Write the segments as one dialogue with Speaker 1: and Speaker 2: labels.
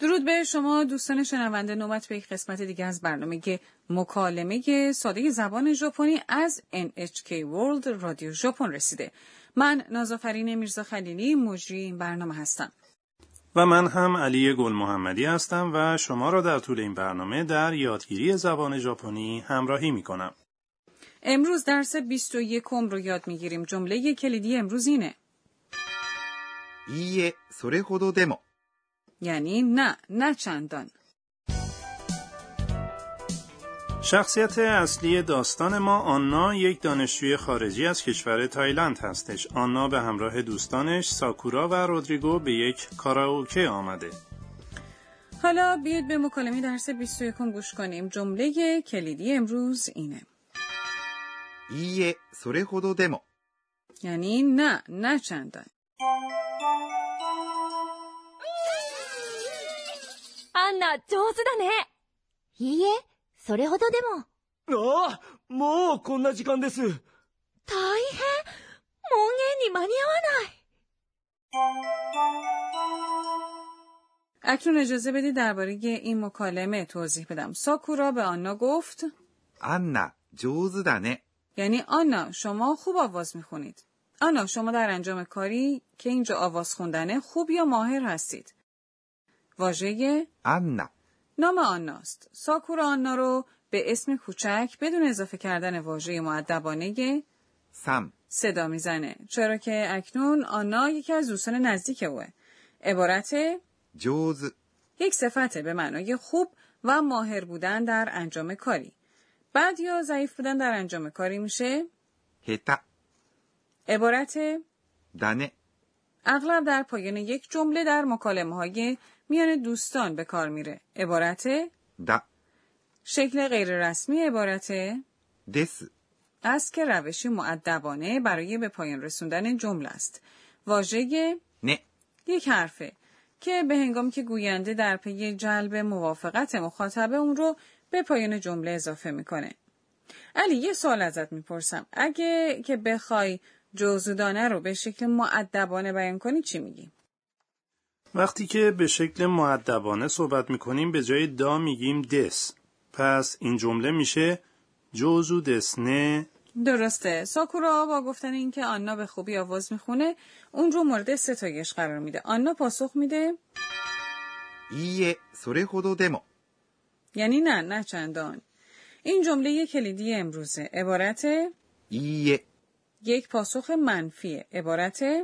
Speaker 1: شد به شما دوستان شنونده نوبت به یک قسمت دیگه از برنامه مکالمه ساده زبان ژاپنی از NHK World رادیو ژاپن رسیده. من نازافرین میرزا خلیلی مجری این برنامه هستم.
Speaker 2: و من هم علی گل محمدی هستم و شما را در طول این برنامه در یادگیری زبان ژاپنی همراهی می کنم.
Speaker 1: امروز درس 21 رو یاد می گیریم. جمله کلیدی امروز اینه.
Speaker 3: いいえ、それほどでも。
Speaker 1: یعنی نه، نه چندان.
Speaker 2: شخصیت اصلی داستان ما آنا یک دانشجوی خارجی از کشور تایلند هستش. آنا به همراه دوستانش ساکورا و رودریگو به یک کاراوکه آمده.
Speaker 1: حالا بیاید به مکالمه درس 21 گوش کنیم. جمله کلیدی امروز اینه.
Speaker 3: いいえ、それほどでも。
Speaker 1: یعنی نه، نه چندان.
Speaker 4: アンナ、上手だね。
Speaker 5: いいえ、それほどでも。
Speaker 6: ああ、もうこんな時間です。
Speaker 4: 大
Speaker 6: い
Speaker 4: 変。門限に間に合わない。
Speaker 1: اکنون اجازه بدید درباره این مکالمه توضیح بدم. ساکورا به آنا گفت
Speaker 3: アンナ、上手だね。
Speaker 1: یعنی آنا شما خوب آواز میخونید. آنا شما در انجام کاری که اینجا آواز خوندنه خوب یا ماهر هستید. واژه
Speaker 3: アンナ、
Speaker 1: نام آناست. ساکورا آنا رو به اسم کوچک بدون اضافه کردن واژه معدبانه
Speaker 3: さん、
Speaker 1: صدا میزنه چرا که اکنون آنا یکی از دوستان نزدیک اوه. عبارت
Speaker 3: 上手、
Speaker 1: یک صفته به معنای خوب و ماهر بودن در انجام کاری. بد یا ضعیف بودن در انجام کاری میشه
Speaker 3: 下手、
Speaker 1: عبارت
Speaker 3: だね。
Speaker 1: اغلب در پایان یک جمله در مکالمه های میان دوستان به کار میره. عبارت
Speaker 3: だ、
Speaker 1: شکل غیررسمی عبارت
Speaker 3: です。
Speaker 1: است که روشی معدبانه برای به پایان رسوندن جمله است. واژه
Speaker 3: ね。
Speaker 1: یک حرفه که به هنگامی که گوینده در پی جلب موافقت مخاطبه اون رو به پایان جمله اضافه میکنه. علی یه سوال ازت میپرسم اگه که بخوای جزودانه رو به شکل معدبانه بیان کنی چی میگی؟
Speaker 2: وقتی که به شکل معدبانه صحبت می کنیم به جای دا میگیم دس. پس این جمله میشه جوزو دسنه
Speaker 1: درسته ساکورا با گفتن اینکه آنا به خوبی آواز میخونه اون رو مورد ستایش قرار میده آنا پاسخ میده
Speaker 3: いいえ、それほどでも。
Speaker 1: یعنی نه نه چندان این جمله کلیدی امروزه عبارت
Speaker 3: いいえ、
Speaker 1: یک پاسخ منفیه عبارت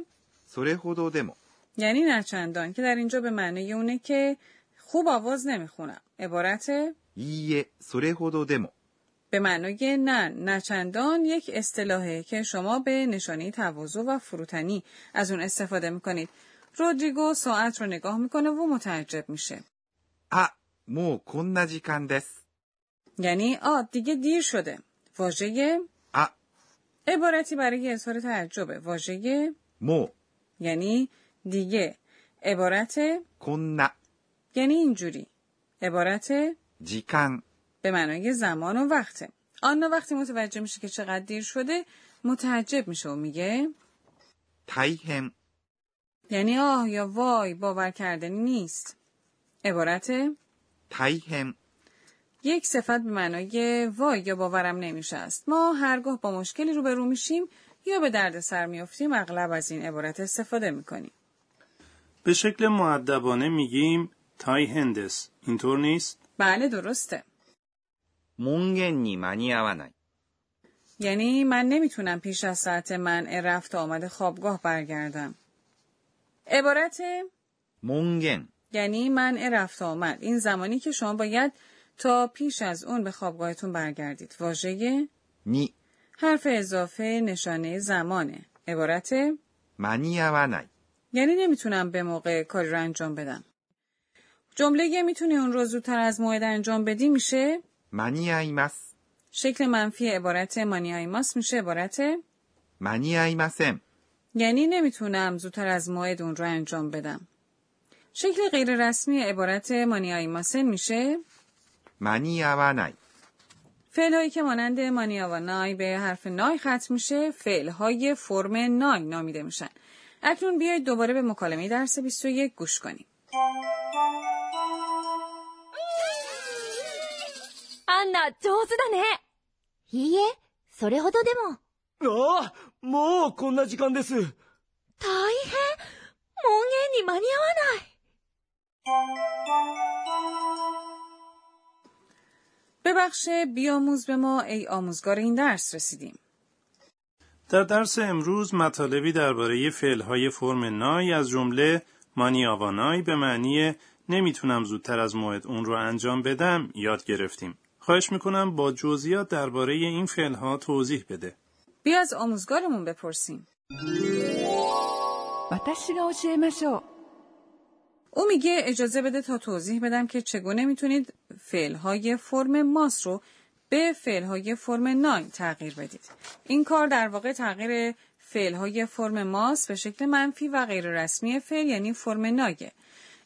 Speaker 3: それほどでも。
Speaker 1: یعنی نه چندان که در اینجا به معنی اونه که خوب آواز نمیخونم عبارت
Speaker 3: いいえ、それほどでも。
Speaker 1: به معنای نه نه چندان یک اصطلاحه که شما به نشانه تواضع و فروتنی از اون استفاده میکنید رودریگو ساعت رو نگاه میکنه و متعجب میشه
Speaker 3: あ、もうこんな時間です。
Speaker 1: یعنی آ دیگه دیر شده واژه
Speaker 3: あ、
Speaker 1: عبارتی برای اظهار تعجبه واژه
Speaker 3: もう、
Speaker 1: یعنی دیگه عبارت
Speaker 3: こんな、
Speaker 1: یعنی اینجوری عبارت
Speaker 3: 時間、
Speaker 1: به معنای زمان و وقته آنا وقتی متوجه میشه که چقدر دیر شده متعجب میشه و میگه
Speaker 3: 大変、
Speaker 1: یعنی آه یا وای باور کردنی نیست عبارت
Speaker 3: 大変、
Speaker 1: یک صفت به معنای وای یا باورم نمیشه است ما هرگاه با مشکلی روبرو میشیم یا به درد سر میافتیم اغلب از این عبارت استفاده میکنیم
Speaker 2: به شکل معدبانه میگیم تای هندس. اینطور نیست؟
Speaker 1: بله درسته
Speaker 3: 門限に間に合わない。
Speaker 1: یعنی من نمیتونم پیش از ساعت من رفت و آمد خوابگاه برگردم عبارت
Speaker 3: 門限、
Speaker 1: یعنی منع رفت و آمد این زمانی که شما باید تا پیش از اون به خوابگاهتون برگردید واژه
Speaker 3: に、
Speaker 1: حرف اضافه نشانه زمانه عبارت
Speaker 3: 間に合わない。
Speaker 1: یعنی نمیتونم به موقع کاری رو انجام بدم جمله یه میتونی اون رو زودتر از موعد انجام بدی میشه
Speaker 3: 間に合います。
Speaker 1: شکل منفی عبارت مانیای ماس میشه عبارت
Speaker 3: 間に合いません。
Speaker 1: یعنی نمیتونم زودتر از موعد اون رو انجام بدم شکل غیررسمی عبارت مانیای ماسن میشه
Speaker 3: 間に合わない。
Speaker 1: فعل هایی که مانند مانیا و نای به حرف نای ختم میشه فعل های فرم نای نامیده میشن اکنون بیایید دوباره به مکالمه درس 21 گوش کنیم
Speaker 4: アンナ、上手だね。
Speaker 5: いいえ、それほどでも。
Speaker 6: ああ、もうこんな時間です。
Speaker 4: 大変。門限に間に合わない。
Speaker 1: ببخش بیاموز به ما ای آموزگار این درس رسیدیم.
Speaker 2: در درس امروز مطالبی درباره فعلهای فرم نای از جمله مانی آوانای به معنی نمیتونم زودتر از موعد اون رو انجام بدم یاد گرفتیم. خواهش میکنم با جزئیات درباره این فعلها توضیح بده.
Speaker 1: بیا از آموزگارمون بپرسیم.
Speaker 7: 私が教えましょう
Speaker 1: او میگه اجازه بده تا توضیح بدم که چگونه میتونید فعلهای فرم ماس رو به فعلهای فرم نای تغییر بدید. این کار در واقع تغییر فعلهای فرم ماس به شکل منفی و غیررسمی فعل یعنی فرم نایه.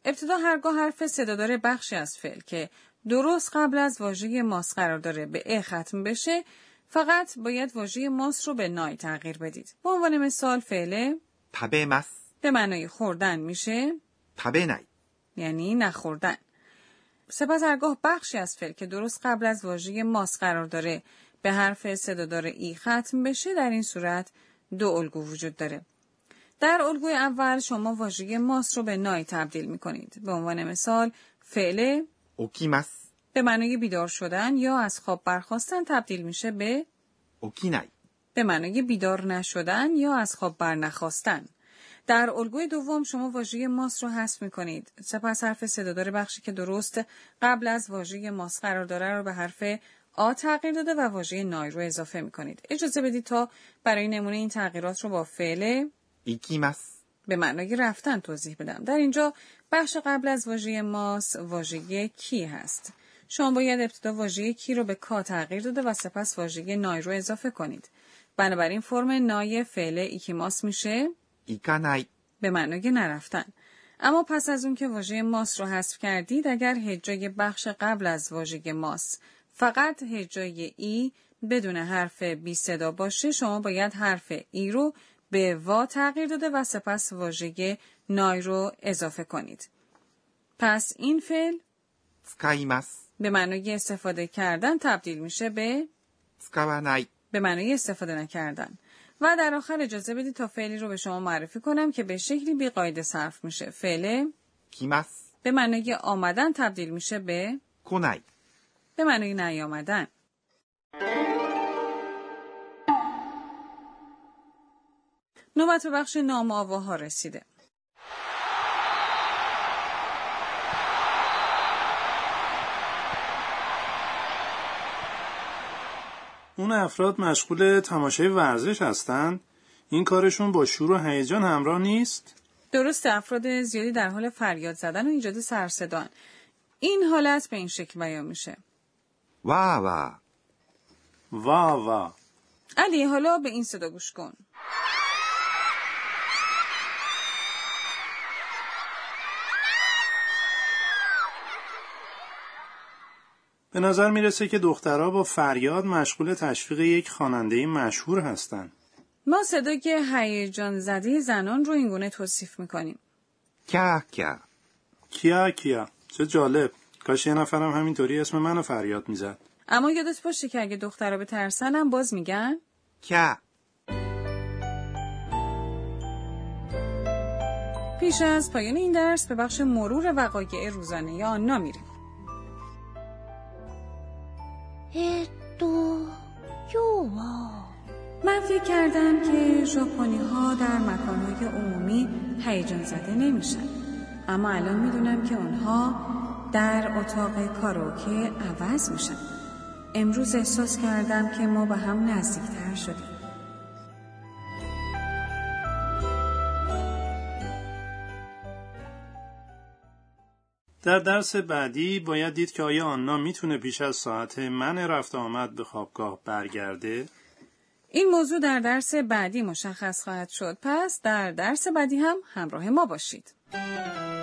Speaker 1: ابتدا هرگاه حرف صدادار بخشی از فعل که درست قبل از واژه ماس قرار داره به ا ختم بشه فقط باید واژه ماس رو به نای تغییر بدید. به عنوان مثال فعله
Speaker 3: 食べます、
Speaker 1: به معنای خوردن میشه
Speaker 3: 食べない、
Speaker 1: یعنی نخوردن. سپس هرگاه بخشی از فعل که درست قبل از واژه ماس قرار داره به حرف صدادار ای ختم بشه در این صورت دو الگو وجود داره. در الگوی اول شما واژه ماس رو به نای تبدیل می کنید. به عنوان مثال فعل
Speaker 3: 起きます、
Speaker 1: به معنای بیدار شدن یا از خواب برخواستن تبدیل میشه به
Speaker 3: 起きない、
Speaker 1: به معنای بیدار نشدن یا از خواب برنخواستن. در الگوی دوم شما واژه ماس رو حذف می کنید. سپس حرف صدادار بخشی که درست قبل از واژه ماس قرار داره رو به حرف آ تغییر داده و واژه نای رو اضافه می کنید. اجازه بدید تا برای نمونه این تغییرات رو با فعل
Speaker 3: 行きます、
Speaker 1: به معنای رفتن توضیح بدم. در اینجا بخش قبل از واژه ماس واژه کی هست. شما باید ابتدا واژه کی رو به کا تغییر داده و سپس واژه نای رو اضافه کنید. بنابراین فرم نای فعل ایکیماس میشه
Speaker 3: 行かない、
Speaker 1: به معنای نرفتن. اما پس از اون که واژه ماس رو حذف کردید اگر هجای بخش قبل از واژه ماس فقط هجای ای بدون حرف بی صدا باشه شما باید حرف ای رو به وا تغییر داده و سپس واژه نای رو اضافه کنید. پس این فعل
Speaker 3: 使います、
Speaker 1: به معنای استفاده کردن تبدیل میشه به
Speaker 3: 使わない、
Speaker 1: به معنای استفاده نکردن و در آخر اجازه بدید تا فعلی رو به شما معرفی کنم که به شکلی بیقاعده صرف میشه فعل
Speaker 3: 来ます、
Speaker 1: به معنای آمدن تبدیل میشه به
Speaker 3: 来ない、
Speaker 1: به معنای نیامدن نوبت به بخش نامآواها رسیده
Speaker 2: اون افراد مشغول تماشای ورزش هستند؟ این کارشون با شور و هیجان همراه نیست؟
Speaker 1: درست افراد زیادی در حال فریاد زدن و ایجاد سرصدان این حالت به این شکل بیان میشه
Speaker 3: わーわ
Speaker 2: وا وا
Speaker 1: علی حالا به این صدا گوش کن
Speaker 2: به نظر میرسه که دخترها با فریاد مشغول تشویق یک خواننده مشهور هستند.
Speaker 1: ما صدای هیجان زده زنان رو اینگونه توصیف میکنیم
Speaker 3: ー、キャーキャー、
Speaker 2: کیا کیا چه جالب کاش یه نفرم همینطوری اسم منو فریاد میزد
Speaker 1: اما یادت باشه که اگه دخترها به ترسن هم باز میگن
Speaker 3: キャー、
Speaker 1: پیش از پایان این درس به بخش مرور وقایع روزانه آنا میریم
Speaker 5: えー、っと、今日は、
Speaker 1: من فکر کردم که ژاپنی ها در مکانهای عمومی هیجان زده نمیشن اما الان میدونم که اونها در اتاق کاروکه عوض میشن امروز احساس کردم که ما به هم نزدیکتر شدیم
Speaker 2: در درس بعدی باید دید که آیا آنا میتونه پیش از ساعت من رفت و آمد به خوابگاه برگرده
Speaker 1: این موضوع در درس بعدی مشخص خواهد شد پس در درس بعدی هم همراه ما باشید